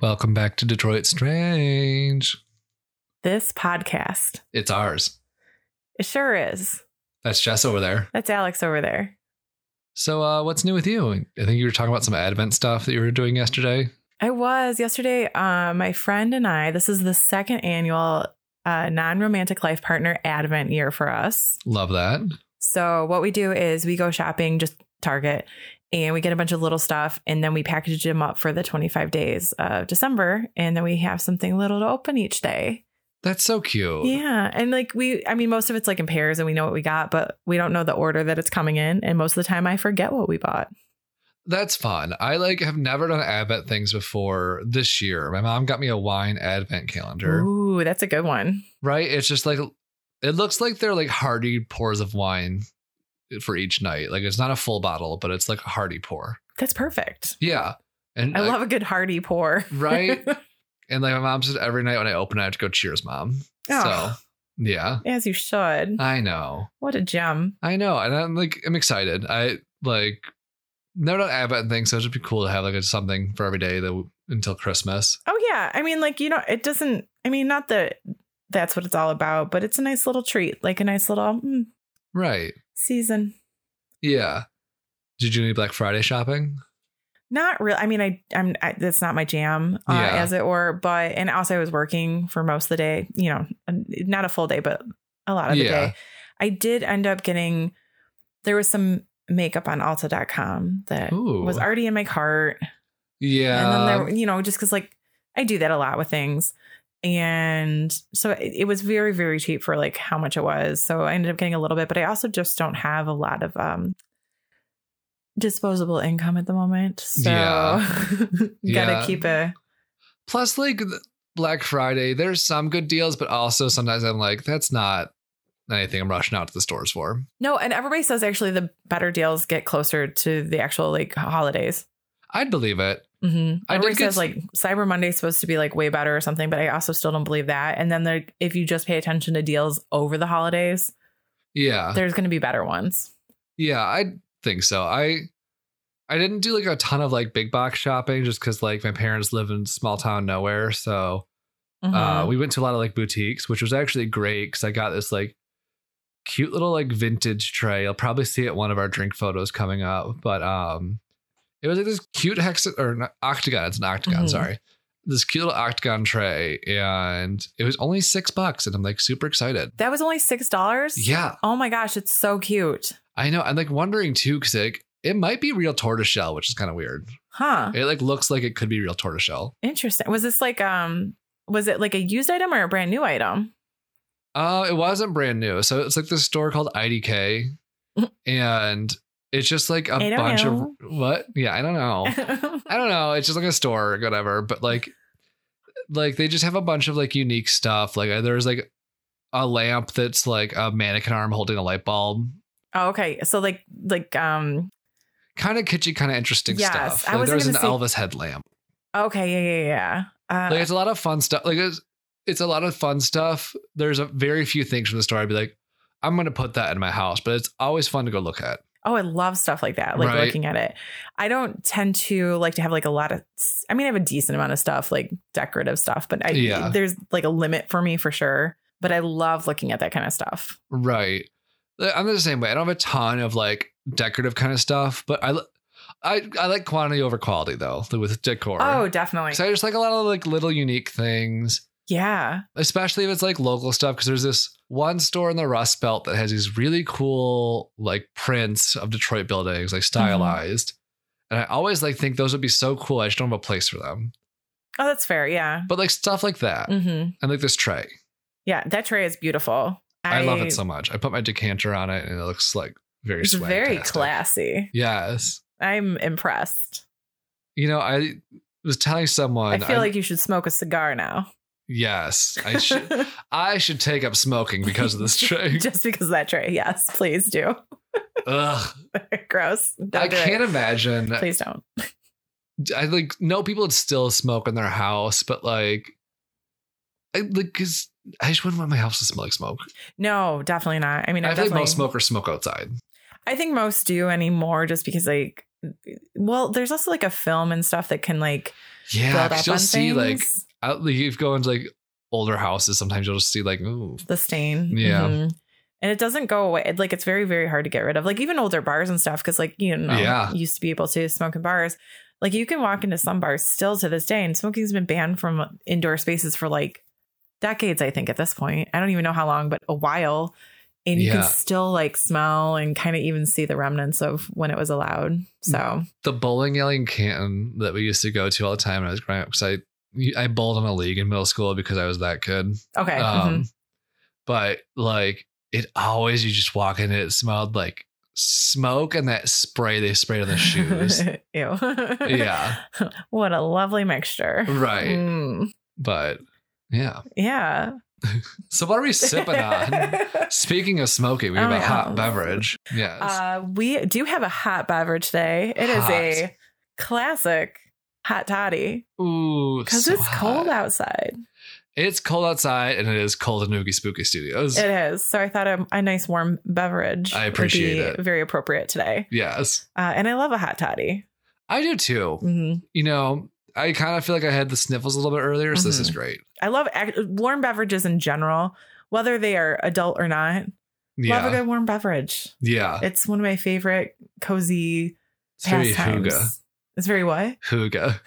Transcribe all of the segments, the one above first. Welcome back to Detroit Strange. This podcast. It's ours. It sure is. That's Jess over there. That's Alex over there. So, uh, what's new with you? I think you were talking about some Advent stuff that you were doing yesterday. I was yesterday. Uh, my friend and I. This is the second annual uh, non-romantic life partner Advent year for us. Love that. So what we do is we go shopping, just Target, and we get a bunch of little stuff, and then we package them up for the 25 days of December, and then we have something little to open each day. That's so cute. Yeah, and like we, I mean, most of it's like in pairs, and we know what we got, but we don't know the order that it's coming in, and most of the time, I forget what we bought. That's fun. I like have never done Advent things before this year. My mom got me a wine Advent calendar. Ooh, that's a good one. Right? It's just like it looks like they're like hearty pours of wine for each night. Like it's not a full bottle, but it's like a hearty pour. That's perfect. Yeah. And I love a good hearty pour. right. and like my mom says every night when I open it, I have to go cheers, mom. Oh. So yeah. As you should. I know. What a gem. I know. And I'm like I'm excited. I like never done Advent things, so it'd be cool to have like a, something for every day that until Christmas. Oh yeah, I mean, like you know, it doesn't. I mean, not that that's what it's all about, but it's a nice little treat, like a nice little mm, Right. season. Yeah. Did you do any Black Friday shopping? Not real. I mean, I I'm I, that's not my jam, uh, Yeah. as it were. But and also, I was working for most of the day. You know, n- not a full day, but a lot of the Yeah. day. I did end up getting. There was some makeup on Ulta.com that Ooh. was already in my cart. Yeah. and then there, were- you know, just because like I do that a lot with things, and so it, it was very very cheap for like how much it was. So I ended up getting a little bit, but I also just don't have a lot of um disposable income at the moment, so Yeah. gotta Yeah. keep a Plus, like th- Black Friday, there's some good deals, but also sometimes I'm like, that's not anything I'm rushing out to the stores for. no. And everybody says actually the better deals get closer to the actual like holidays. I'd believe it. Mm-hmm. I did Everybody get says s- like Cyber Monday's supposed to be like way better or something, but I also still don't believe that. And then there, if you just pay attention to deals over the holidays, Yeah. there's going to be better ones. Yeah, I think so. I I didn't do like a ton of like big box shopping just because like my parents live in small town nowhere. So uh, Mhm. we went to a lot of like boutiques, which was actually great because I got this like cute little like vintage tray. I'll probably see it in one of our drink photos coming up, but um, it was like this cute hex or not, octagon. It's an octagon, Mhm. sorry. This cute little octagon tray, and it was only six bucks, and I'm like super excited. that was only six dollars. Yeah, Oh my gosh, it's so cute, I know. I'm like wondering too because like it might be real tortoiseshell, which is kind of weird. huh? It like looks like it could be real tortoiseshell. Interesting. Was this like um? Was it like a used item or a brand new item? Uh, it wasn't brand new. So it's like this store called IDK, and it's just like a I don't bunch know. of what? Yeah, I don't know. I don't know. It's just like a store or whatever. But like, like they just have a bunch of like unique stuff. Like uh, there's like a lamp that's like a mannequin arm holding a light bulb. oh, okay. So like like um. Kind of kitschy, kind of interesting Yes, stuff. I Like, wasn't there's an gonna Elvis headlamp. Okay. Yeah. Yeah. Yeah. Uh, Like it's a lot of fun stuff. Like it's it's a lot of fun stuff. There's a very few things from the store I'd be like, I'm gonna put that in my house, but it's always fun to go look at. oh, I love stuff like that. Like Right. looking at it. I don't tend to like to have like a lot of. s- I mean, I have a decent amount of stuff, like decorative stuff, but I Yeah. there's like a limit for me for sure. But I love looking at that kind of stuff. Right. Like, I'm the same way. I don't have a ton of like decorative kind of stuff, but I li- I I like quantity over quality though with decor. Oh, definitely. so I just like a lot of like little unique things, yeah. especially if it's like local stuff. Because there's this one store in the Rust Belt that has these really cool like prints of Detroit buildings, Mm-hmm. like stylized. And I always like think those would be so cool. I just don't have a place for them. Oh, that's fair. Yeah. But like stuff like that, hmm and like this tray, Yeah, that tray is beautiful. I, love it so much. I put my decanter on it, and it looks like very It's very swagtastic. classy. Yes. I'm impressed. You know, I was telling someone. I feel like you should smoke a cigar now. yes, I should. I should take up smoking because of this tray. Just because of that tray. Yes, please do. Ugh, Gross. Don't I do can't it. imagine. Please don't. I like know people would still smoke in their house, but like, I like because I just wouldn't want my house to smell like smoke. No, definitely not. I mean, I feel I, like definitely. most smokers smoke outside. I think most do anymore, just because like, well, there's also like a film and stuff that can like Yeah, build 'cause up you'll on see like things. out like if you go into like older houses, sometimes you'll just see like ooh, the stain. Yeah. Mhm. And it doesn't go away. It- Like it's very, very hard to get rid of. Like even older bars and stuff, because like you know, Yeah. you used to be able to smoke in bars. Like you can walk into some bars still to this day, and smoking's been banned from indoor spaces for like decades, I think, at this point. I don't even know how long, but a while. And you Yeah. can still like smell and kind of even see the remnants of when it was allowed. So the bowling alley in Canton that we used to go to all the time when I was growing up because I I bowled on a league in middle school because I was that kid. okay. Um, mhm. But like it always, you just walk in, it smelled like smoke and that spray they sprayed on the shoes. Mm-hmm. Ew. yeah, what a lovely mixture. right. Mm. But yeah. Yeah. So what are we sipping on? Speaking of smoking, we have Oh, a yeah. hot beverage. Yes. Uh, we do have a hot beverage today. It is Hot. a classic hot toddy Ooh, because so it's cold hot. outside. It's cold outside, and it is cold in Noogie Spooky Studios. It is. So I thought a, a nice warm beverage I appreciate would it. be very appropriate today. yes, Uh, and I love a hot toddy. I do too. Mhm. You know, I kind of feel like I had the sniffles a little bit earlier, so this is Mhm. great. I love ac- warm beverages in general, whether they are adult or not. Yeah, Love a good warm beverage. yeah. It's one of my favorite cozy It's very pastimes. hygge. It's very what? Huga.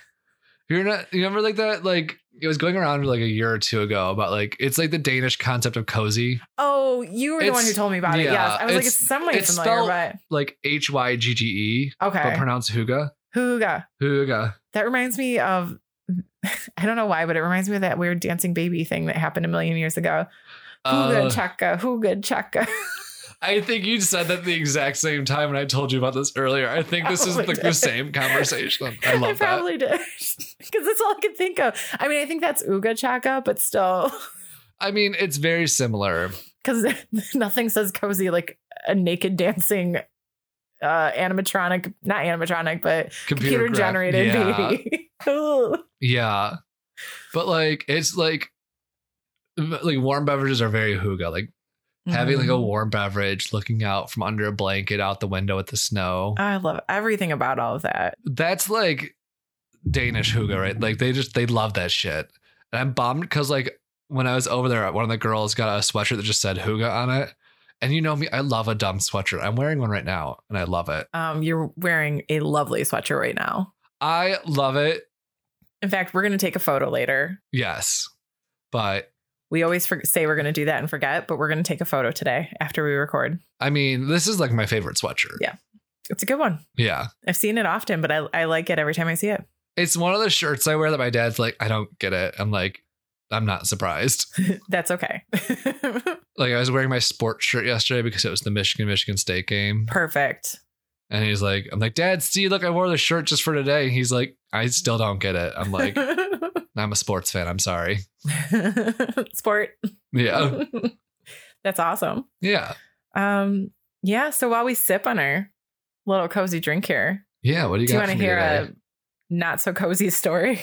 You're not you remember like that like it was going around like a year or two ago about like it's like the Danish concept of cozy, Oh, you were the one It's- who told me about it. yeah, Yes, I was like, it's- it's some way it's familiar, spelled- like H Y G G E, but okay. but pronounced Huga. Hygge. Huga. That reminds me of I don't know why, but it reminds me of that weird dancing baby thing that happened a million years ago. Huga Uh, chaka, huga chaka. I think you said that the exact same time when I told you about this earlier. I think this is Probably like the did. same conversation. I love that. Oh, probably did. Because that's all I could think of. I mean, I think that's Uga Chaka, but still, I mean, it's very similar. because nothing says cozy like a naked dancing uh animatronic, not animatronic, but computer, graph- generated yeah. baby. Ooh. Yeah. But like it's like like warm beverages are very huga. Like having like a Mhm. warm beverage, looking out from under a blanket out the window at the snow. Mm-hmm. I love everything about all of that. That's like Danish huga, right? Like they just they love that shit. And I'm bummed because like when I was over there, one of the girls got a sweatshirt that just said huga on it. And you know me, I love a dumb sweatshirt. I'm wearing one right now and I love it. Um, you're wearing a lovely sweatshirt right now. I love it. In fact, we're going to take a photo later. Yes. But We always for- say we're going to do that and forget, but we're going to take a photo today after we record. I mean, this is like my favorite sweatshirt. Yeah. It's a good one. Yeah. I've seen it often, but I, I like it every time I see it. It's one of the shirts I wear that my dad's like, I don't get it. I'm like, I'm not surprised. That's okay. Like I was wearing my sports shirt yesterday because it was the Michigan Michigan State game, Perfect. and he's like, I'm like, Dad, see, look, I wore the shirt just for today. And he's like, I still don't get it. I'm like, I'm a sports fan. I'm sorry. Sport. Yeah, That's awesome. yeah, Um, yeah. So while we sip on our little cozy drink here, yeah. What do you do you got? want to for me hear today? a not so cozy story?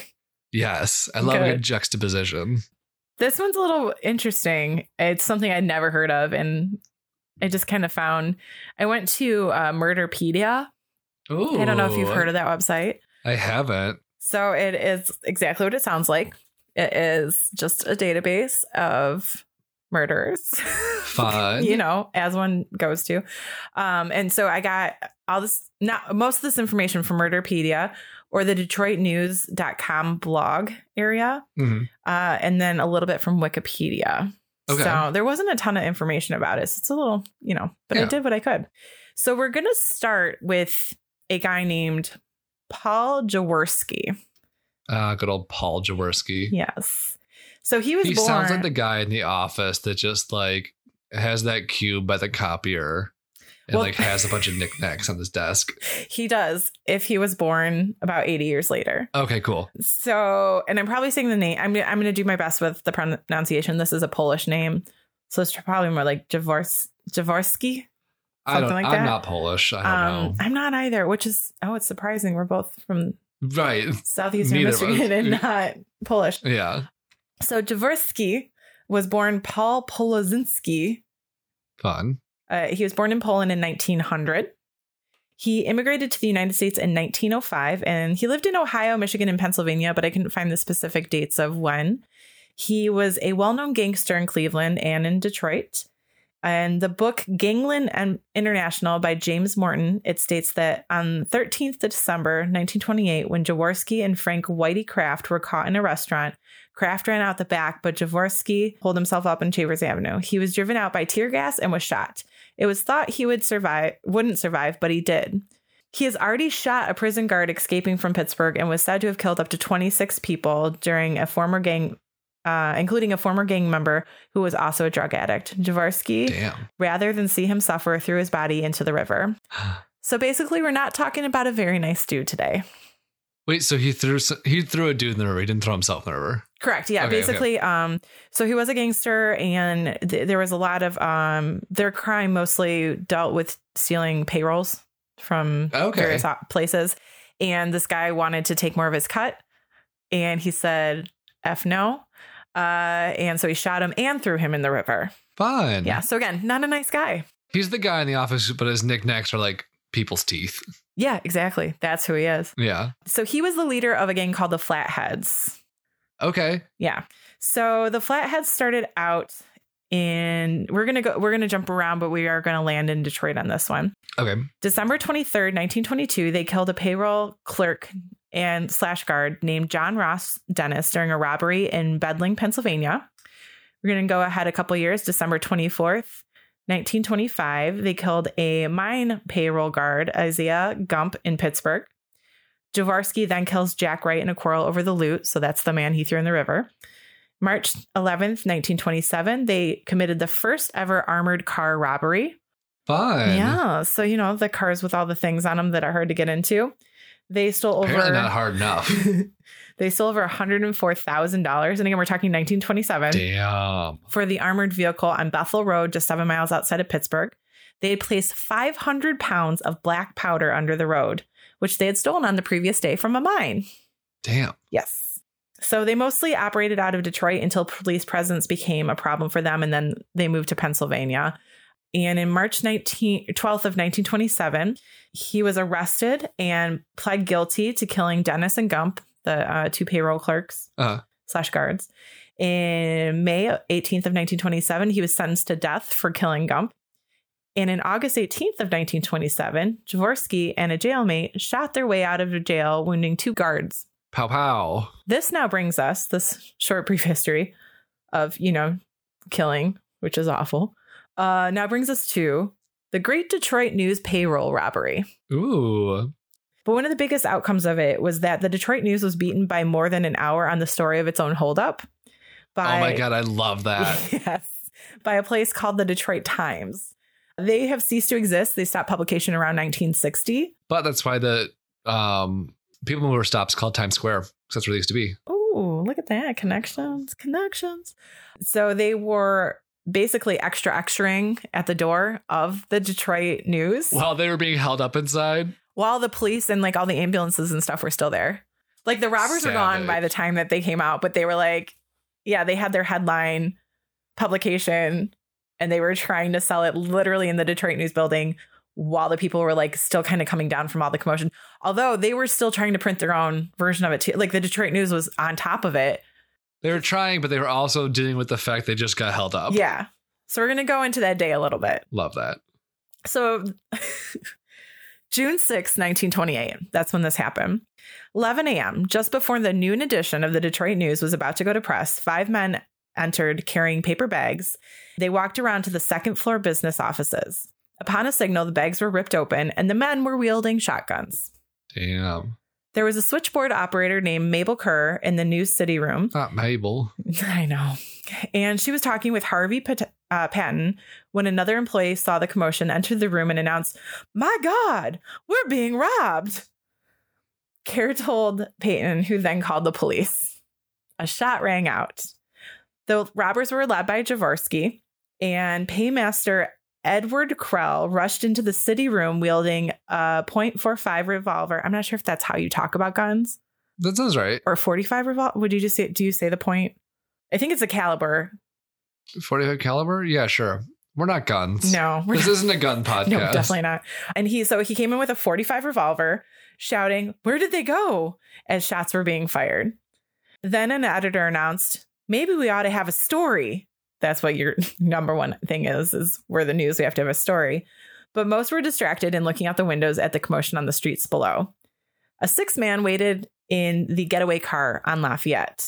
Yes, I love a Good. good juxtaposition. This one's a little interesting. It's something I'd never heard of, and I just kind of found. I went to uh, Murderpedia. Ooh, I don't know if you've heard of that website. I haven't. So it is exactly what it sounds like. It is just a database of murderers. Fun. you know, as one goes to. Um, and so I got all this, not most of this information from Murderpedia or the DetroitNews.com blog area Mhm. uh, and then a little bit from Wikipedia. Okay. So there wasn't a ton of information about it. So it's a little, you know, but I Yeah. did what I could. So we're going to start with a guy named Paul Jaworski. Ah, good old Paul Jaworski. Yes. So he was He born. sounds like the guy in the office that just like has that cube by the copier and Well- like has a bunch of knickknacks on his desk. he does if he was born about 80 years later. Okay, cool. So, and I'm probably saying the name. I'm, I'm going to do my best with the pronunciation. This is a Polish name. So it's probably more like Jaworski. Jaworski. I don't. Something like I'm that? Um, not Polish. I don't I'm not either, which is, oh, it's surprising. We're both from know. Right. southeastern Neither of us. Mm. Michigan and not Polish. Yeah. So Jaworski was born Paul Polozinski. Fun. Uh, he was born in Poland in 1900. He immigrated to the United States in 1905 and he lived in Ohio, Michigan, and Pennsylvania, but I couldn't find the specific dates of when. He was a well known gangster in Cleveland and in Detroit. And the book Gangland and International by James Morton, it states that on 13th of December 1928, when Jaworski and Frank Whitey Kraft were caught in a restaurant, Kraft ran out the back, but Jaworski pulled himself up in Chambers Avenue. He was driven out by tear gas and was shot. It was thought he would survive, wouldn't survive, but he did. He has already shot a prison guard escaping from Pittsburgh and was said to have killed up to 26 people during a former gang, uh, including a former gang member who was also a drug addict. Jaworski, Damn. rather than see him suffer, threw his body into the river. So basically, we're not talking about a very nice dude today. Wait, so he threw s- he threw a dude in the river. He didn't throw himself in the river. Correct. Yeah. Okay, okay. basically, um, so he was a gangster, and th- there was a lot of um, their crime mostly dealt with stealing payrolls from Oh, Okay. various op- places. And this guy wanted to take more of his cut, and he said, "F no," uh, and so he shot him and threw him in the river. Fun. Yeah. So again, not a nice guy. He's the guy in the office, but his knickknacks are like people's teeth. Yeah, exactly. That's who he is. Yeah. So he was the leader of a gang called the Flatheads. Okay. Yeah. So the flatheads started out in we're gonna go we're gonna jump around, but we are gonna land in Detroit on this one. Okay. December 23rd, 1922, they killed a payroll clerk and slash guard named John Ross Dennis during a robbery in Bedling, Pennsylvania. We're going to go ahead a couple years. December 24th, 1925, they killed a mine payroll guard, Isaiah Gump, in Pittsburgh. Jaworski then kills Jack Wright in a quarrel over the loot. So that's the man he threw in the river. March 11th, 1927, they committed the first ever armored car robbery. Fun. Yeah. So, you know, the cars with all the things on them that are hard to get into. They stole over Apparently not hard enough. They stole over $104,000 and again we're talking 1927 Damn. for the armored vehicle on Bethel Road just 7 miles outside of Pittsburgh. They had placed 500 pounds of black powder under the road, which they had stolen on the previous day from a mine. Damn. Yes. So they mostly operated out of Detroit until police presence became a problem for them, and then they moved to Pennsylvania. And in March 19, 12th of 1927, he was arrested and pled guilty to killing Dennis and Gump, the uh, two payroll clerks Uh-huh. slash guards. In May 18th of 1927, he was sentenced to death for killing Gump. And in August 18th of 1927, Jaworski and a jailmate shot their way out of the jail, wounding two guards. Pow pow. This now brings us this short brief history of, you know, killing, which is awful. Uh, now brings us to the Great Detroit News payroll robbery. Ooh. Oh But one of the biggest outcomes of it was that the Detroit News was beaten by more than an hour on the story of its own holdup. By, oh my god, I love that. yes, by a place called the Detroit Times. They have ceased to exist. They stopped publication around 1960. but that's why the um people mover stops called Times Square. 'cause That's where they used to be. Oh, look at that. Connections, connections. So they were basically extra extraing at the door of the Detroit news While they were being held up inside. while the police and like all the ambulances and stuff were still there. Like the robbers were gone by Savage. the time that they came out, but they were like, yeah, they had their headline publication and they were trying to sell it literally in the Detroit news building while the people were like still kind of coming down from all the commotion. Although they were still trying to print their own version of it too. Like the Detroit news was on top of it. They were trying, but they were also dealing with the fact they just got held up. Yeah. So we're going to go into that day a little bit. Love that. So June sixth, 1928, that's when this happened. 11 a.m., just before the noon edition of the Detroit News was about to go to press, five men entered carrying paper bags. They walked around to the second floor business offices. Upon a signal, the bags were ripped open and the men were wielding shotguns. Damn. There was a switchboard operator named Mabel Kerr in the news city room. Not Mabel. I know. And she was talking with Harvey Pat- uh, Patton when another employee saw the commotion, entered the room, and announced, My God, we're being robbed. Kerr told Patton, who then called the police. A shot rang out. The robbers were led by Jaworski, and paymaster Edward Krell rushed into the city room wielding a .45 revolver. I'm not sure if that's how you talk about guns That sounds right. or 45 revolver would you just say do you say the point i think it's a caliber 45 caliber? Yeah, sure. We're not guns. No, we're this not- isn't a gun podcast. no, definitely not. And he so he came in with a 45 revolver, shouting, "Where did they go?" as shots were being fired. Then an editor announced, "Maybe we ought to have a story." That's what your number one thing is is we're the news, we have to have a story. But most were distracted and looking out the windows at the commotion on the streets below. A six man waited in the getaway car on Lafayette.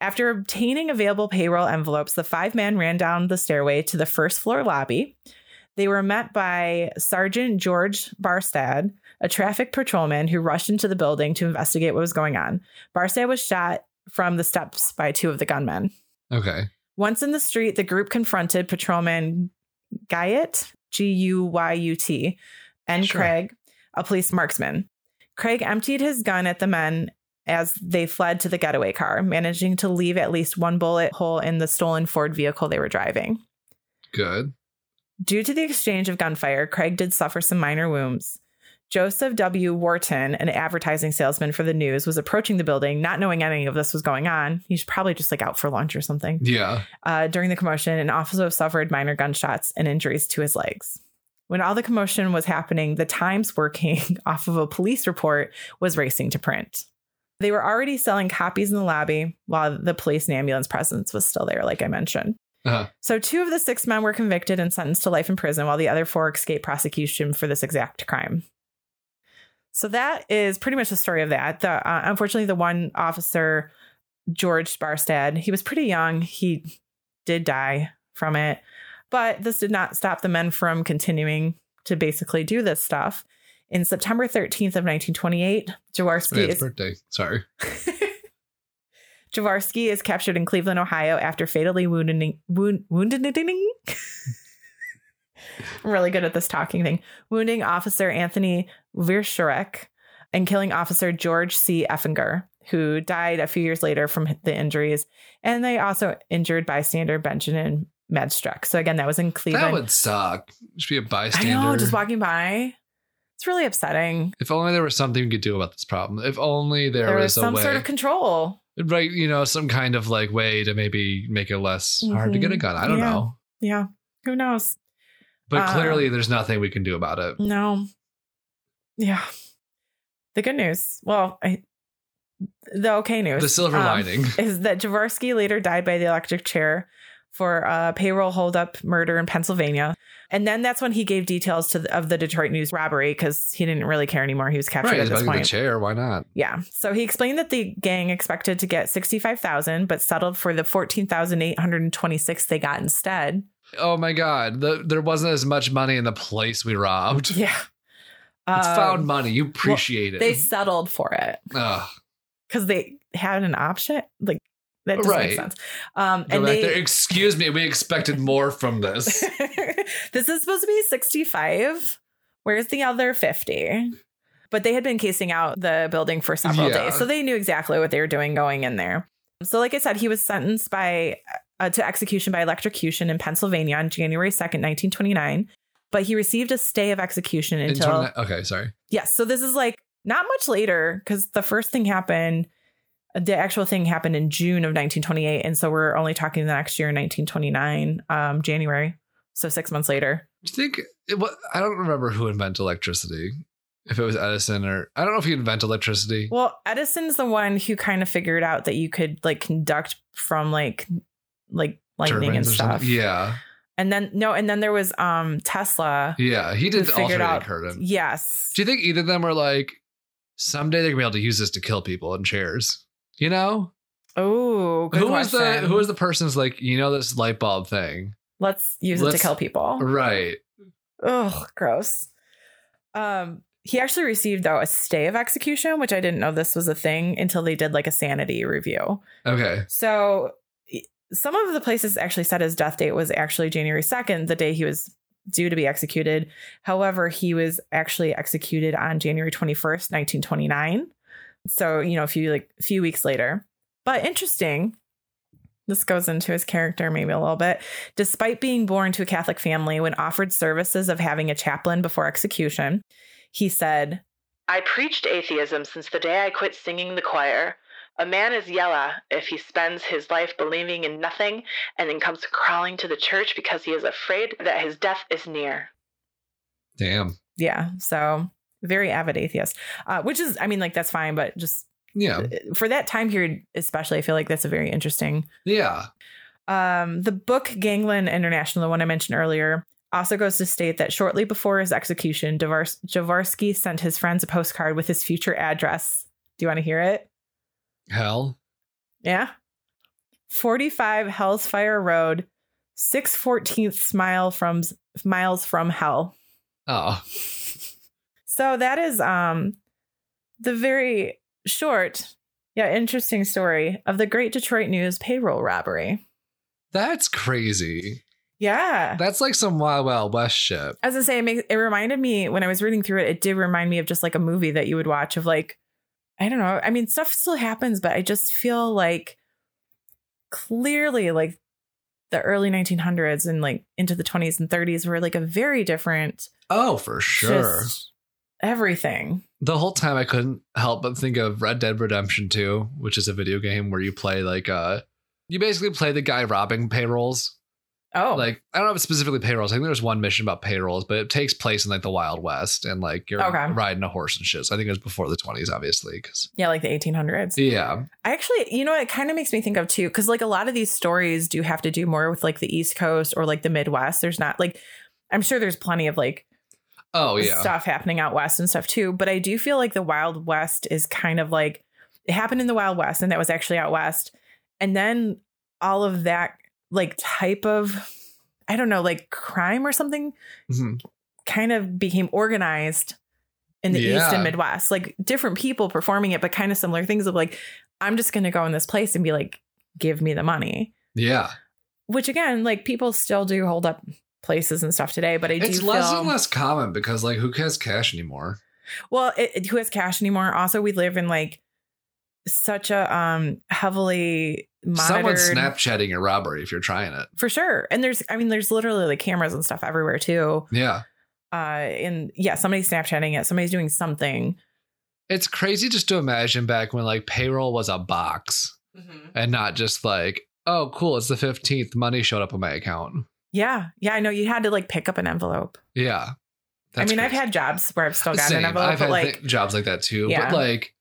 After obtaining available payroll envelopes, the five men ran down the stairway to the first floor lobby. They were met by Sergeant George Barstad, a traffic patrolman who rushed into the building to investigate what was going on. Barstad was shot from the steps by two of the gunmen. Okay. Once in the street, the group confronted patrolman Guyot, G U Y U T, and Sure. Craig, a police marksman. Craig emptied his gun at the men as they fled to the getaway car, managing to leave at least one bullet hole in the stolen Ford vehicle they were driving. Good. Due to the exchange of gunfire, Craig did suffer some minor wounds. Joseph W. Wharton, an advertising salesman for the news, was approaching the building, not knowing any of this was going on. He's probably just like out for lunch or something. Yeah. Uh, during the commotion, an officer suffered minor gunshots and injuries to his legs. When all the commotion was happening, the Times, working off of a police report, was racing to print. They were already selling copies in the lobby while the police and ambulance presence was still there, like I mentioned. Uh-huh. So, two of the six men were convicted and sentenced to life in prison, while the other four escaped prosecution for this exact crime. So, that is pretty much the story of that. The, uh, unfortunately, the one officer George Barstad. He was pretty young. He did die from it, but this did not stop the men from continuing to basically do this stuff. In September 13th of 1928, Jaworski Today's is, birthday. Sorry. Jaworski is captured in Cleveland, Ohio after fatally wounding, wound, wounded. I'm really good at this talking thing. Wounding Officer Anthony Virscharek and killing Officer George C. Effinger, who died a few years later from the injuries. And they also injured bystander Benjamin Medstruck. So again, that was in Cleveland. That would suck. Should be a I bystander. know, just walking by. It's really upsetting. if only there was something you could do about this problem. If only there, there was was a some way. sort of control. right you know some kind of like way to maybe make it less hard to get a gun i don't Mm-hmm. Yeah. know Yeah. Who knows? but Uh, clearly there's nothing we can do about it No. Yeah. The good news. Well, I, the okay news. the silver um, lining Is that Jaworski later died by the electric chair for a payroll holdup murder in Pennsylvania. And then that's when he gave details to the, of the Detroit News robbery because he didn't really care anymore. He was captured right at it's this back in the point. chair why not Yeah. So he explained that the gang expected to get 65,000 but settled for the 14,826 they got instead. oh my god the, there wasn't as much money in the place we robbed it's Yeah. Um, found money you appreciate They it settled for it. Ugh. because they had an option. Like that doesn't Right. make sense. Um, Go and back they there. excuse me we expected more from this this is supposed to be sixty five. Where's the other fifty? But they had been casing out the building for several Yeah. days, so they knew exactly what they were doing going in there. So, like I said, he was sentenced by uh, to execution by electrocution in Pennsylvania on January second, nineteen twenty nine. But he received a stay of execution In until 29 okay sorry Yes. So this is like not much later because the first thing happened, the actual thing happened in June of 1928. And so we're only talking the next year, 1929, um, January. So six months later. do you think it, wa i don't remember who invented electricity if it was edison or i don't know if he invented electricity Well, Edison's the one who kind of figured out that you could like conduct from like, like lightning turbines and or something. stuff. yeah And then, no, and then there was um Tesla. yeah he did the figured alternating out- current Yes. Do you think either of them are like, someday they're gonna be able to use this to kill people in chairs? You know, Oh, good who was question. the who was the person's like, you know, this light bulb thing, Let's use it Let's- to kill people. right? Ugh, gross. Um, he actually received though a stay of execution, which I didn't know this was a thing until they did like a sanity review. Okay, So e- some of the places actually said his death date was actually January 2nd, the day he was due to be executed. However, he was actually executed on January 21st, 1929. So, you know, a few like a few weeks later. But interesting, this goes into his character maybe a little bit. Despite being born to a Catholic family, when offered services of having a chaplain before execution, he said, I preached atheism since the day I quit singing the choir. A man is yellow if he spends his life believing in nothing and then comes crawling to the church because he is afraid that his death is near. Damn. Yeah. So very avid atheist, uh, which is, I mean, like, that's fine, but just Yeah. for that time period, especially, I feel like that's a very interesting. Yeah. Um, the book Gangland International, the one I mentioned earlier, also goes to state that shortly before his execution, Javars- Javarsky sent his friends a postcard with his future address. Do you want to hear it? Hell. Yeah. 45 Hell's Fire Road, 614th smile from miles from hell. Oh. So that is um the very short yeah, interesting story of the Great Detroit News payroll robbery. That's crazy. Yeah. That's like some Wild Wild West shit. As I say, it, makes, it reminded me when I was reading through it, it did remind me of just like a movie that you would watch of like, I don't know. I mean, stuff still happens, but I just feel like clearly like the early 1900s and like into the 20s and 30s were like a very different Oh, for sure. just everything. the whole time I couldn't help but think of Red Dead Redemption 2, which is a video game where you play like uh you basically play the guy robbing payrolls. Oh, Like I don't know if it's specifically payrolls. I think there's one mission about payrolls, but it takes place in like the Wild West and like you're Okay. riding a horse and shit. So I think it was before the 20s, obviously. Cause yeah, like the 1800s. yeah, I actually, you know, it kind of makes me think of too, because like a lot of these stories do have to do more with like the East Coast or like the Midwest. There's not like, I'm sure there's plenty of like oh yeah, stuff happening out west and stuff too. But I do feel like the Wild West is kind of like it happened in the Wild West and that was actually out west. And then all of that like type of I don't know, like crime or something Mhm. kind of became organized in the East Yeah. and Midwest. Like different people performing it, but kind of similar things of like, I'm just gonna go in this place and be like, give me the money. yeah. Which again, like people still do hold up places and stuff today, but I do It's feel less and less common because like who has cash anymore? Well, it, it- who has cash anymore? Also, we live in like such a um heavily monitored Someone's Snapchatting a robbery if you're trying it. for sure. And there's, I mean, there's literally like cameras and stuff everywhere too. Yeah. Uh, and yeah, somebody's Snapchatting it. Somebody's doing something. It's crazy just to imagine back when like payroll was a box. and not just like, oh, cool, it's the 15th, money showed up on my account. Yeah, yeah, I know you had to like pick up an envelope. Yeah. I mean, I've crazy. had jobs where I've still got an Same. envelope, I've but had like, thi- jobs like that too. Yeah. But like,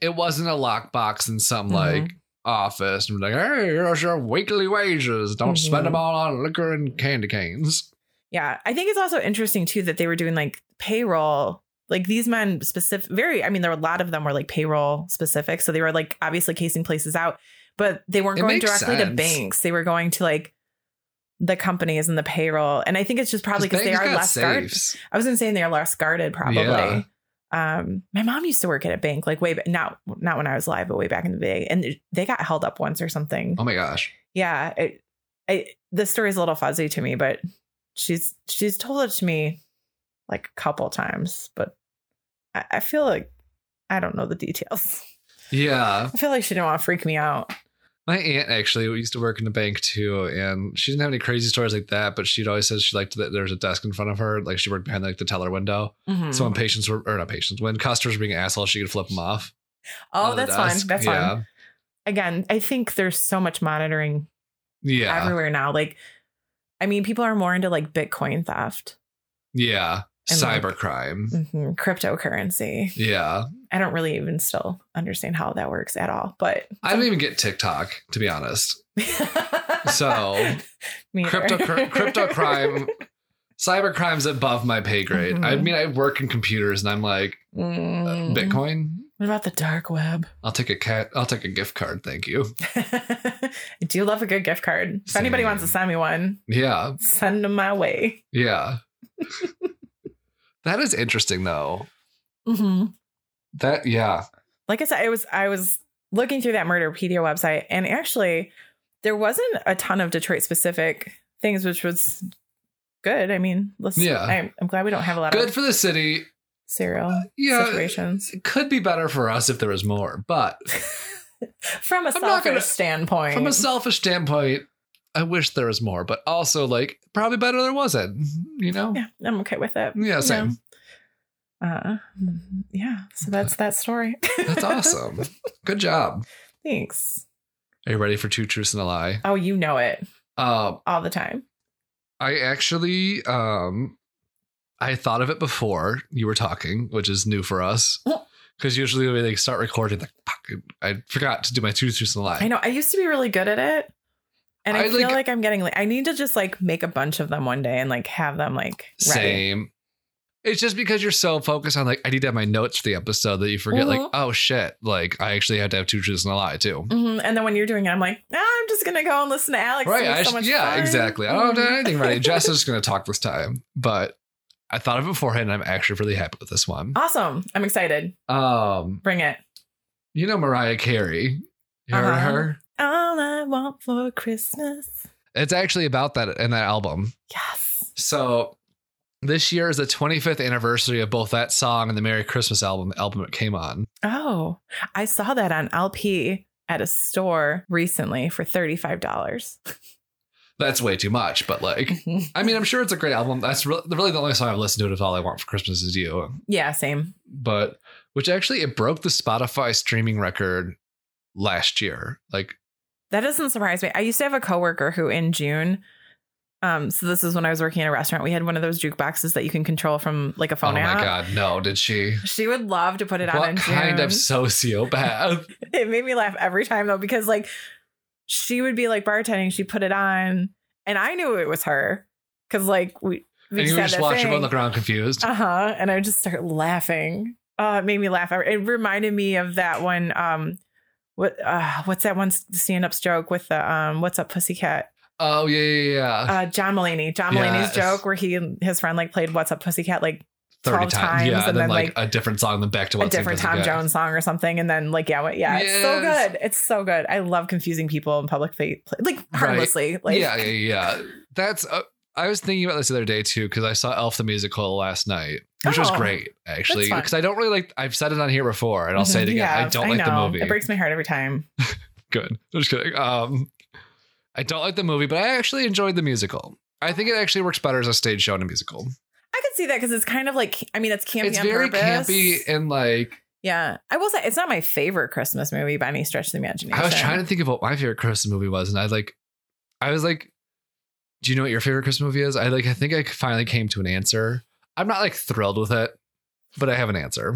it wasn't a lockbox in some Mhm. like office. And like, hey, here's your weekly wages. Don't Mhm. spend them all on liquor and candy canes. yeah, I think it's also interesting too that they were doing like payroll. Like these men specific, very. I mean, there were a lot of them were like payroll specific, so they were like obviously casing places out, but they weren't It going makes directly to sense. banks. They were going to like the companies and the payroll, and I think it's just probably because they banks are got less guarded. safes. I was gonna say they are less guarded, probably. Yeah. Um, my mom used to work at a bank, like way back, not not when I was alive, but way back in the day, and they got held up once or something Oh my gosh. yeah, it, I, the story's a little fuzzy to me, but she's she's told it to me like a couple times, but I, I feel like I don't know the details. Yeah. I feel like she didn't want to freak me out. My aunt actually used to work in a bank too, and she didn't have any crazy stories like that, but she'd always said she liked that there was a desk in front of her. Like she worked behind like the teller window. Hmm. Mm-hmm. So when patients were, or not patients, when customers were being assholes, she could flip them off. out oh, of the that's fine. desk. That's yeah. fine. Again, I think there's so much monitoring Yeah. everywhere now. Like, I mean, people are more into like Bitcoin theft, yeah. And, like- Cybercrime. hmm cryptocurrency. yeah. I don't really even still understand how that works at all, but I don't even get TikTok, to be honest. So, Me either. Crypto, cr- crypto crime, cybercrime's above my pay grade. I Mhm. mean, I work in computers and I'm like, uh, Mm. Bitcoin? What about the dark web? I'll take a cat. I'll take a gift card. Thank you. I do love a good gift card. If anybody Same. wants to send me one, Yeah. send them my way. Yeah. that is interesting, though. Mm-hmm. That, yeah. Like I said, I was I was looking through that Murderpedia website, and actually, there wasn't a ton of Detroit specific things, which was good. I mean, let's. Yeah. I'm, I'm glad we don't have a lot Good of for the city. serial Yeah. situations It could be better for us if there was more, but from a I'm not selfish gonna- standpoint. from a selfish standpoint, I wish there was more, but also like probably better there wasn't. You know? yeah, I'm okay with it. Yeah, same. Uh, yeah. So that's that story. That's awesome. Good job. Thanks. Are you ready for two truths and a lie? Oh, you know it Um, all the time. I actually, um, I thought of it before you were talking, which is new for us. Oh. Because usually we like start recording, like fuck, I forgot to do my two truths and a lie. I know. I used to be really good at it. And I, I, feel like- like, I'm getting like I need to just like make a bunch of them one day and like have them like ready. Same. It's just because you're so focused on like I need to have my notes for the episode that you forget like Mhm. oh shit like I actually have to have two truths and a lie too. Mhm. And then when you're doing it, I'm like, "Ah, I'm just gonna go and listen to Alex. Right? It was I so sh- much yeah, fun. exactly. I don't have to have Mhm. anything ready. Jess is going to talk this time, but I thought of it beforehand. and I'm actually really happy with this one. awesome. I'm excited. Um, Bring it. you know Mariah Carey. You heard of Uh-huh. her? All I want for Christmas. It's actually about that in that album. Yes. So this year is the 25th anniversary of both that song and the Merry Christmas album, the album it came on. Oh, I saw that on LP at a store recently for $35. That's way too much, but like I mean, I'm sure it's a great album. That's re- really the only song I've listened to. It is all I want for Christmas is you. yeah, same. But which actually it broke the Spotify streaming record last year. Like That doesn't surprise me. I used to have a coworker who in June, um, so this is when I was working in a restaurant, we had one of those jukeboxes that you can control from like a phone oh app. my god, no! Did she? She would love to put it on what in kind June. of sociopath? it made me laugh every time though, because like she would be like bartending, she put it on, and I knew it was her. Cause like we we and you just, were had just that watching thing. her on the ground confused. Uh huh. And I would just start laughing. Uh, it made me laugh. It reminded me of that one. Um, what uh, what's that one stand up joke with the um, what's up pussycat? oh yeah, yeah, yeah. Uh, John Mulaney. John Yes. Mulaney's joke where he and his friend like played what's up pussycat like Thirty 12 times. times, yeah, and then then, like, a different song, then back to a one. different Tom Jones song or something, and then like yeah, what, yeah, it's so Yes. good. It's so good. I love confusing people in public fa- like harmlessly. Like yeah, yeah, yeah. That's. Uh, I was thinking about this the other day too because I saw Elf the Musical last night, which was Oh, great actually. fun. Because I don't really like. I've said it on here before, and I'll say it Mhm. again. Yeah, I don't like know. the movie. It breaks my heart every time. Good. I'm just kidding. Um, I don't like the movie, but I actually enjoyed the musical. I think it actually works better as a stage show than a musical. I can see that because it's kind of like I mean it's campy it's on very purpose. campy and like Yeah, I will say it's not my favorite Christmas movie by any stretch of the imagination. I was trying to think of what my favorite Christmas movie was, and I like, I was like, do you know what your favorite Christmas movie is? I like, I think I finally came to an answer. I'm not like thrilled with it, but I have an answer.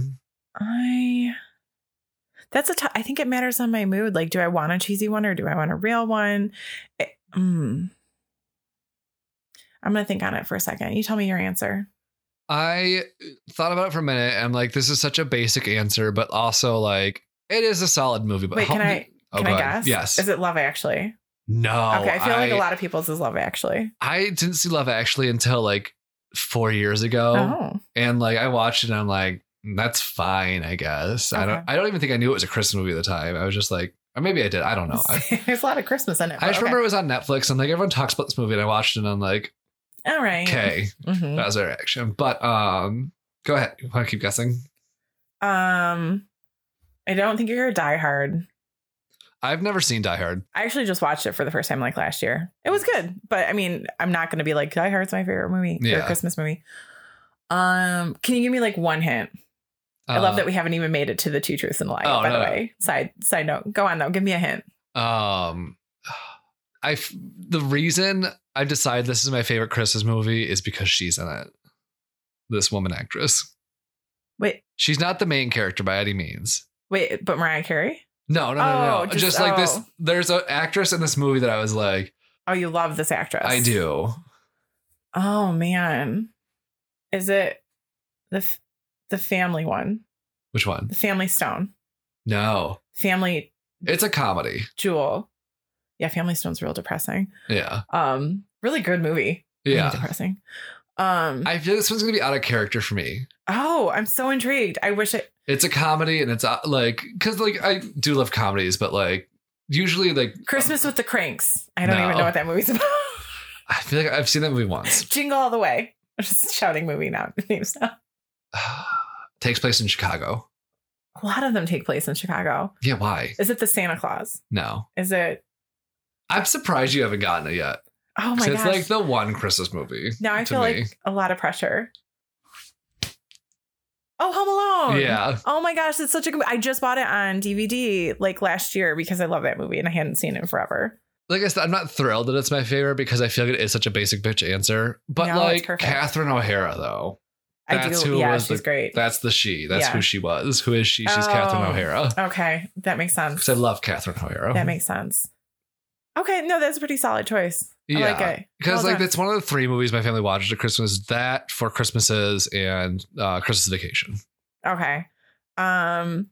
I. That's a. T- I think it matters on my mood. Like, do I want a cheesy one or do I want a real one? It- mm. I'm gonna think on it for a second. You tell me your answer. I thought about it for a minute. And I'm like, this is such a basic answer, but also like, it is a solid movie. But Wait, help can me- I? Oh, Can I go ahead. guess? Yes. Oh, Is it Love Actually? no. okay, I feel like a lot of people's is Love Actually. I didn't see Love Actually until like four years ago, Oh, and like I watched it, and I'm like, "Mm, that's fine, I guess. I Okay. don't. I don't even think I knew it was a Christmas movie at the time. I was just like, or maybe I did. I don't know. I, there's a lot of Christmas in it. I but just remember it was on Netflix, and like everyone talks about this movie, and I watched it, and I'm like, okay. All right. okay, Mhm. that was our reaction. But um, go ahead. You want to keep guessing? Um, I don't think you're a diehard. I've never seen Die Hard. I actually just watched it for the first time like last year. It was good, but I mean, I'm not going to be like Die Hard's my favorite movie, Yeah. favorite Christmas movie. Um, can you give me like one hint? I love that we haven't even made it to the two truths and a lie. Uh, Oh, by no. the way, side side note, go on though. Give me a hint. Um, I f- the reason I decided this is my favorite Christmas movie is because she's in it. This woman actress. Wait, She's not the main character by any means. wait, but Mariah Carey? No, no, no, no. Oh, Just, just- like this, oh. there's an actress in this movie that I was like, Oh, you love this actress. I do. Oh man, is it the f- the family one? Which one? The Family Stone, No, Family it's a comedy. Jewel. Yeah, Family Stone's real depressing. Yeah, Um, really good movie. Really yeah. depressing. Um, I feel this one's gonna be out of character for me. Oh, I'm so intrigued. I wish it. It's a comedy, and it's uh, like because like I do love comedies, but like usually like um, Christmas with the Cranks. I don't No. even know what that movie's about. I feel like I've seen that movie once. Jingle All the Way. I'm just shouting movie now names now. Takes place in Chicago. A lot of them take place in Chicago. Yeah, why? Is it the Santa Claus? No, Is it? I'm surprised you haven't gotten it yet. Oh my 'Cause it's gosh! like the one Christmas movie. now I to feel me. like a lot of pressure. Oh, Home Town. Yeah. Oh my gosh, it's such a good. I just bought it on DVD like last year because I love that movie and I hadn't seen it in forever. Like I said, I'm not thrilled that it's my favorite because I feel like it is such a basic bitch answer. But No, it's like perfect. Catherine O'Hara though. That's I do. who yeah, was the- she's great. That's the she. That's Yeah. who she was. Who is she? She's Catherine Oh. O'Hara. okay, that makes sense. Because I love Catherine O'Hara. That makes sense. Okay, no, that's a pretty solid choice. I yeah. like it. Because Well like done. that's one of the three movies my family watches at Christmas. That for Christmases and uh, Christmas Vacation. Okay. Um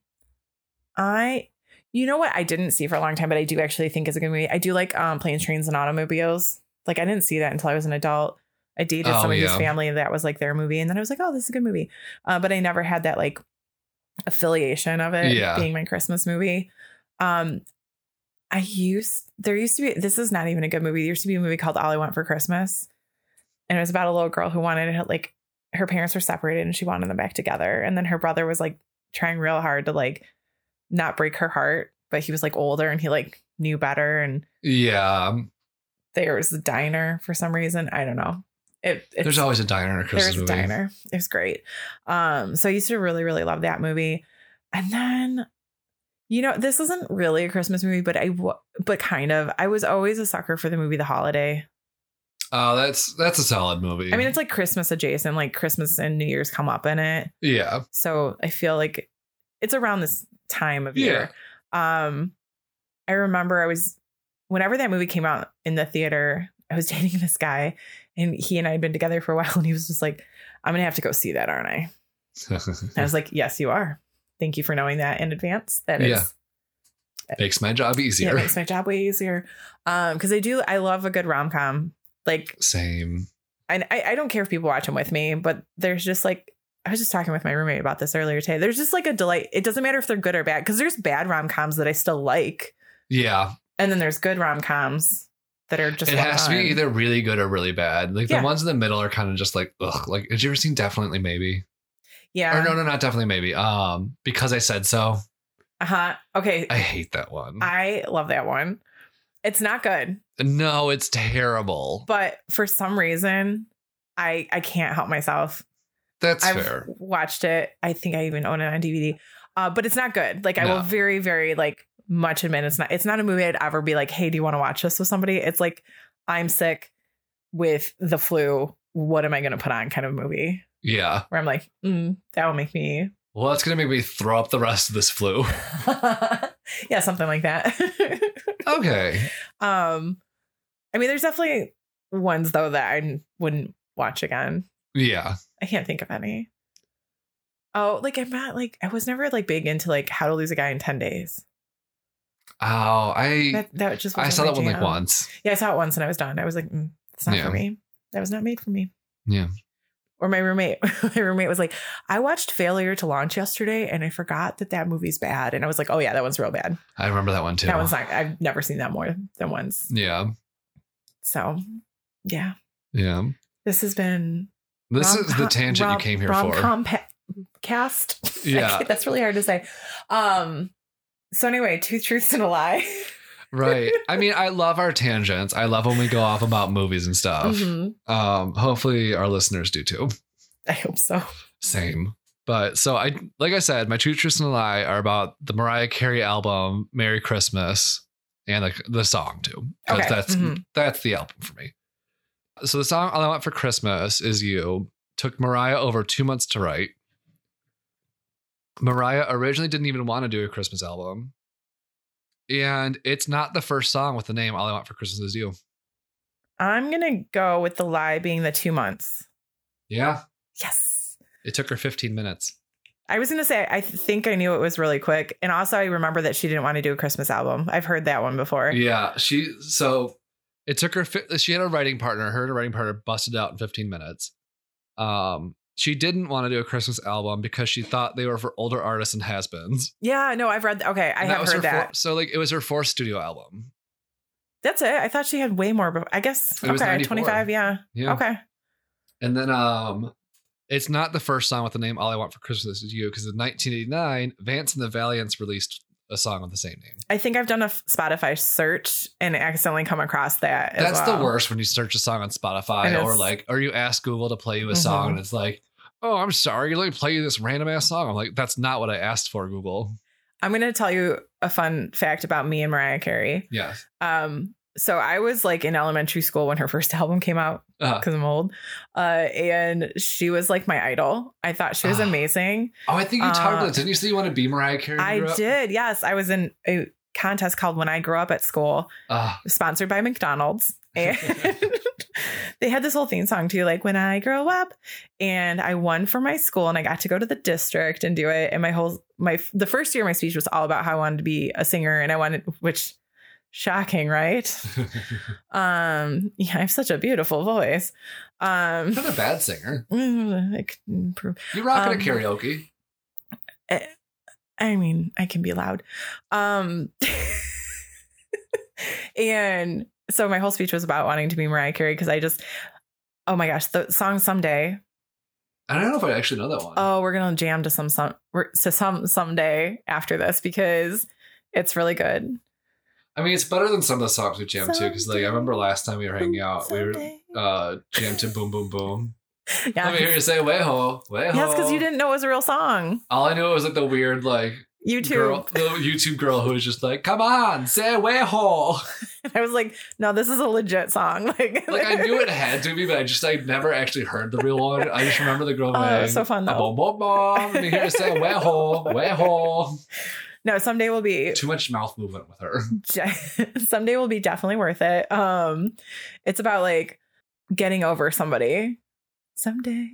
I you know what I didn't see for a long time, but I do actually think is a good movie. I do like um planes, trains, and automobiles. Like I didn't see that until I was an adult. I dated Oh, someone yeah. whose family that was like their movie, and then I was like, oh, this is a good movie. Uh, but I never had that like affiliation of it Yeah. being my Christmas movie. Um I used there used to be this is not even a good movie. There used to be a movie called All I Want for Christmas. And it was about a little girl who wanted to like her parents were separated and she wanted them back together. And then her brother was like trying real hard to like not break her heart, but he was like older and he like knew better. And Yeah. um, there was a diner for some reason. I don't know. It, it's, There's always a diner in a Christmas there's a movie. diner. It was great. Um, so I used to really, really love that movie. And then, you know, this isn't really a Christmas movie, but I, wa- but kind of. I was always a sucker for the movie The Holiday. Oh, that's that's a solid movie. I mean, it's like Christmas adjacent, like Christmas and New Year's come up in it. yeah, So I feel like it's around this time of yeah, year. Um, I remember I was whenever that movie came out in the theater, I was dating this guy, and he and I had been together for a while, and he was just like, "I'm gonna have to go see that, aren't I?" And I was like, "Yes, you are. Thank you for knowing that in advance. That is Yeah. makes my job yeah, it easier. makes my job way easier." Um, because I do, I love a good rom com. Like Same. and I, I don't care if people watch them with me, but there's just like I was just talking with my roommate about this earlier today. There's just like a delight. It doesn't matter if they're good or bad because there's bad rom coms that I still like, Yeah, and then there's good rom coms that are just. it well has to done. be either really good or really bad. Like Yeah. the ones in the middle are kind of just like, ugh. Like, did you ever seen Definitely Maybe? Yeah. Or no, no, not Definitely Maybe. Um, because I said so. Uh huh. Okay. I I, hate that one. love that one. It's not good, no, it's terrible. but for some reason, I I can't help myself. that's I've fair. watched it. I think I even own it on DVD. Uh, but it's not good. Like I No. will very, very like much admit it's not. It's not a movie I'd ever be like, hey, do you want to watch this with somebody? It's like I'm sick with the flu. What am I going to put on? Kind of movie Yeah. where I'm like, mm, that will make me, Well, that's gonna make me throw up the rest of this flu. yeah, something like that. okay. um, I mean, there's definitely ones though that I wouldn't watch again. Yeah. I can't think of any. Oh, like I'm not like I was never like big into like how to lose a guy in ten days. Oh, I That that just I wasn't saw my that one like jam. once. Yeah, I saw it once and I was done. I was like, mm, it's not Yeah. for me. That was not made for me. Yeah. Or my roommate, my roommate was like, I watched Failure to Launch yesterday and I forgot that that movie's bad. And I was like, oh yeah, that one's real bad. I remember that one too. That one's not. I've never seen that more than once. yeah. So, yeah, Yeah. this has been This Rom- is the tangent rom- you came here rom- for. compa- cast. Yeah. that's really hard to say. Um. So anyway, two truths and a lie. right. I mean, I love our tangents. I love when we go off about movies and stuff. Mhm. Um, hopefully our listeners do too. I hope so. Same. But so I like I said, my two truths and a lie are about the Mariah Carey album Merry Christmas and the, the song too. 'Cause Okay. that's Mhm. that's the album for me. So the song All I Want for Christmas is You took Mariah over two months to write. Mariah originally didn't even want to do a Christmas album. And it's not the first song with the name All I Want for Christmas is You. I'm gonna go with the lie being the two months. Yeah. Yes. It took her 15 minutes. I was gonna say I think I knew it was really quick, and also I remember that she didn't want to do a Christmas album. I've heard that one before. Yeah, she so it took her. fi- She had a writing partner. Her and a writing partner busted out in 15 minutes. Um, she didn't want to do a Christmas album because she thought they were for older artists and has-beens. Yeah, no, I've read. Okay, I And have was heard her four- that. so like it was her fourth studio album. That's it. I thought she had way more. Before. I guess. It was okay, 94. 25. Yeah. Yeah, Okay. and then um, it's not the first song with the name "All I Want for Christmas Is You" because in 1989, Vance and the Valiants released a song with the same name. I think I've done a f- Spotify search and accidentally come across that. as That's well. the worst when you search a song on Spotify It or is. like, or you ask Google to play you a Mhm. song and it's like, oh, I'm sorry, let me play you this random ass song. I'm like, that's not what I asked for, Google. I'm going to tell you a fun fact about me and Mariah Carey. Yes. Um, so I was like in elementary school when her first album came out Uh, because I'm old. Uh, and she was like my idol. I thought she was Ah. amazing. oh, I think you talked uh, about this. Didn't you say you want to be Mariah Carey? when you I grew up? did. Yes. I was in a contest called When I Grow Up at School. Ah, sponsored by McDonald's. And they had this whole theme song too, like when I grow up. And I won for my school and I got to go to the district and do it. And my whole my the first year my speech was all about how I wanted to be a singer and I wanted which shocking, right? um yeah, I have such a beautiful voice. Um not a bad singer. I could improve. You rock Um, at a karaoke. I mean, I can be loud. Um and so my whole speech was about wanting to be Mariah Carey because I just oh my gosh, the song someday. I don't know if I actually know that one. Oh, we're gonna jam to some some we're- to some someday after this because it's really good. I mean, it's better than some of the songs we jammed to because, like, I remember last time we were hanging out, we were Someday. uh jammed to "Boom Boom Boom." yeah. Let me hear you say "Way ho, way ho." Yes, because you didn't know it was a real song. All I knew was like the weird like You too. girl, the YouTube girl who was just like, "Come on, say way ho." I was like, no, this is a legit song. Like, Like I knew it had to be, but I just I never actually heard the real one. I just remember the girl Oh, going, so fun, "Ah, though." Boom boom boom. Let me hear you say way ho, way ho. No, someday will be Too much mouth movement with her. Je- someday will be definitely worth it. Um, it's about like getting over somebody someday.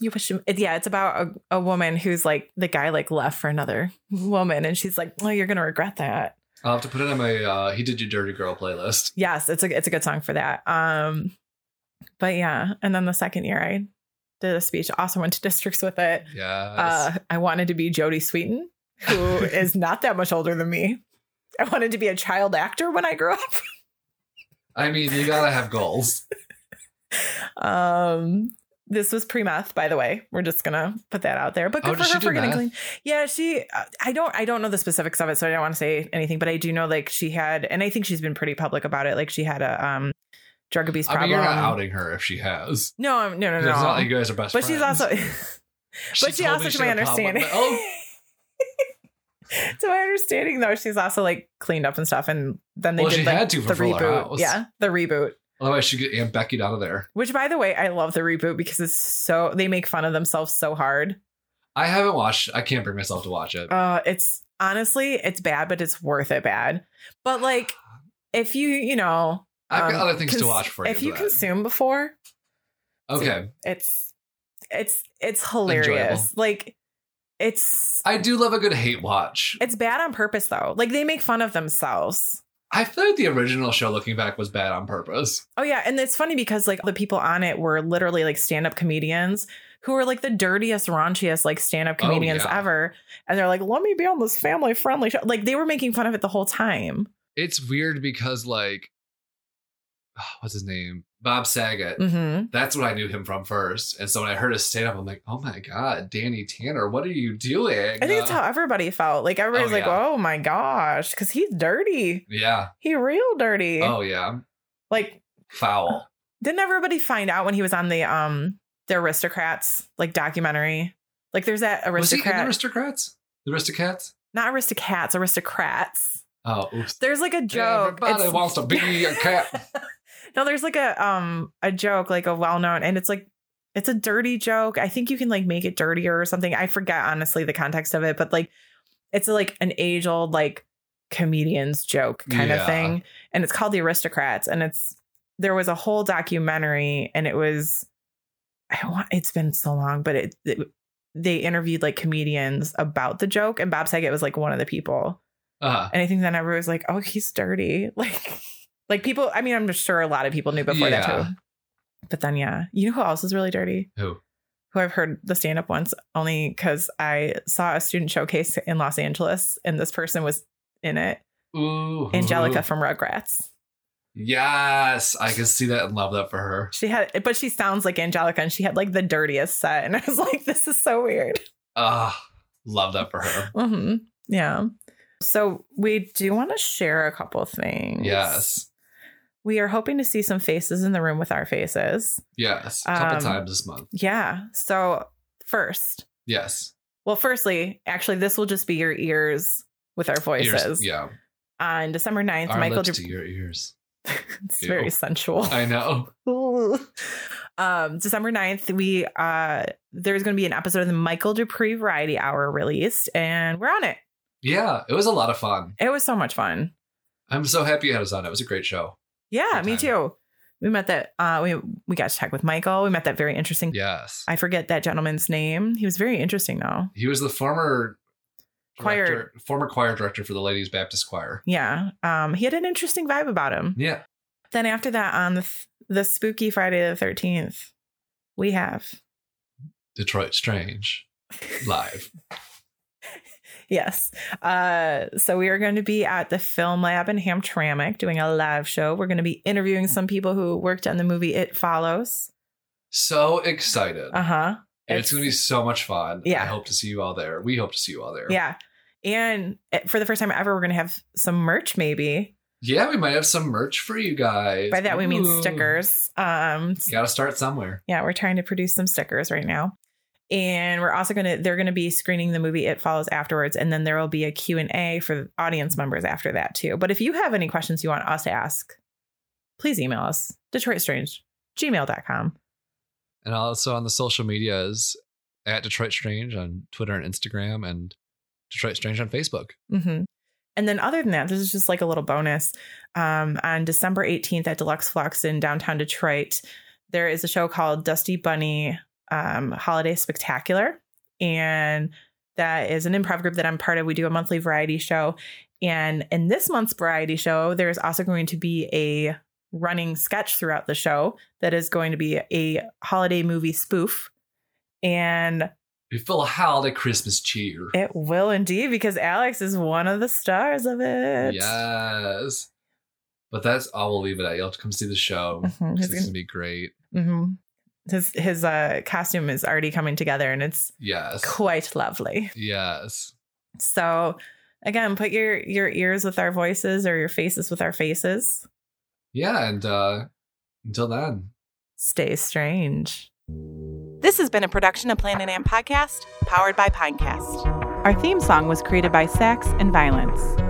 You wish, it- yeah, it's about a, a woman who's like the guy like left for another woman, and she's like, "Oh, you're gonna regret that." I'll have to put it on my uh, "He Did You Dirty Girl" playlist. Yes, it's a it's a good song for that. Um, but yeah, and then the second year I did a speech, also went to districts with it. Yeah. Uh, I wanted to be Jodie Sweetin, who is not that much older than me. I wanted to be a child actor when I grew up. I mean, you gotta have goals. Um, this was pre meth, by the way. We're just gonna put that out there. But Oh, good did for she her do for getting meth? clean. Yeah, she. uh, I don't. I don't know the specifics of it, so I don't want to say anything. But I do know like she had, and I think she's been pretty public about it. Like she had a um drug abuse I mean, problem. you're not outing her if she has. No, I'm, no, no, It's no. not like you guys are best but she's friends. also. but she told also, me to my had a problem. understanding, Oh, to my understanding, though, she's also like cleaned up and stuff. And then they Well, did she like had to for the Fuller reboot. House. Yeah, the reboot. otherwise she get Aunt Becky out of there. Which, by the way, I love the reboot because it's so they make fun of themselves so hard. I haven't watched. I can't bring myself to watch it. Uh, it's honestly, it's bad, but it's worth it bad. But like, if you, you know, I've got um, other things to cons- watch for you. If you for that. consume before, okay, it's it's it's hilarious. Like, it's I do love a good hate watch. it's bad on purpose though. Like they make fun of themselves. I feel like the original show, looking back, was bad on purpose. Oh yeah, and it's funny because like the people on it were literally like stand-up comedians who were like the dirtiest, raunchiest like stand-up Oh, comedians yeah. ever. And they're like, "Let me be on this family-friendly show." Like they were making fun of it the whole time. It's weird because like, what's his name? Bob Saget. Mhm. That's what I knew him from first. And so when I heard his stand up, I'm like, oh my god, Danny Tanner, what are you doing? I think it's Uh, how everybody felt. Like everybody's Oh, like, yeah. "Oh my gosh," because he's dirty. yeah. He real dirty. Oh yeah. Like, Foul. didn't everybody find out when he was on the um the Aristocrats like documentary? Like, there's that Was he in the aristocrat, aristocrats? The aristocrats? not aristocrats, aristocrats. Oh, oops. There's like a joke. Everybody It's- wants to be a cat. no, there's like a um a joke, like a well known, and it's like it's a dirty joke. I think you can like make it dirtier or something. I forget honestly the context of it, but like it's like an age old like comedians joke kind Yeah. of thing, and it's called The Aristocrats, and it's there was a whole documentary, and it was I want it's been so long, but it. it they interviewed like comedians about the joke, and Bob Saget was like one of the people. Uh, And I think then everyone was like, "Oh, he's dirty." Like, like people. I mean, I'm sure a lot of people knew before that Yeah. too. But then, yeah, you know who else is really dirty? who? Who I've heard the stand up once only because I saw a student showcase in Los Angeles, and this person was in it, Ooh. Angelica from Rugrats. Yes. I can see that and love that for her. She had, but she sounds like Angelica, and she had like the dirtiest set, and I was like, "This is so weird." Ah, love that for her. hmm Yeah. So we do want to share a couple things. Yes. We are hoping to see some faces in the room with our faces. Yes, a couple Um, times this month. Yeah. So, first, Yes, well, firstly, actually, this will just be your ears with our Ears- voices. yeah, On December 9th, our Michael. Oh. lips Dub- to your ears. it's Ew. very sensual. I know. um, December 9th, we uh there's gonna be an episode of the Michael Dupree Variety Hour released, and we're on it. Yeah, it was a lot of fun. It was so much fun. I'm so happy I was on. It It was a great show. Yeah, Good me time. too. We met that uh we we got to talk with Michael. We met that very interesting Yes, I forget that gentleman's name. He was very interesting though. he was the former Choir. director, former choir director for the Ladies Baptist Choir. Yeah. Um he had an interesting vibe about him. Yeah, Then after that on the th- the spooky Friday the 13th, we have Detroit Strange live. Yes. Uh, so we are going to be at the Film Lab in Hamtramck doing a live show. We're going to be interviewing some people who worked on the movie It Follows. So excited. Uh huh. And it's, going to be so much fun. Yeah. I hope to see you all there. We hope to see you all there. Yeah. And it- for the first time ever, we're going to have some merch, maybe. Yeah, we might have some merch for you guys. By that, we mean Ooh. stickers. Um, s- Gotta start somewhere. yeah, we're trying to produce some stickers right now. And we're also going to, they're going to be screening the movie It Follows afterwards. And then there will be a Q&A for audience members after that too. But if you have any questions you want us to ask, please email us, DetroitStrange, gmail.com. And also on the social medias at Detroit Strange on Twitter and Instagram and Detroit Strange on Facebook. Mm-hmm. And then other than that, this is just like a little bonus. Um, on December 18th at Deluxe Flux in downtown Detroit, there is a show called Dusty Bunny um, Holiday Spectacular. And that is an improv group that I'm part of. We do a monthly variety show. And in this month's variety show, there is also going to be a running sketch throughout the show that is going to be a holiday movie spoof. And We feel a holiday Christmas cheer. it will indeed, because Alex is one of the stars of it. Yes. But that's all we'll leave it at. You'll have to come see the show. Mhm. 'cause His, It's gonna be great. mhm. his his uh, costume is already coming together, and it's Yes. quite lovely. Yes. So, again, put your your ears with our voices or your faces with our faces. Yeah, and uh until then. Stay strange. This has been a production of Planet Amp Podcast, powered by Pinecast. Our theme song was created by Sax and Violence.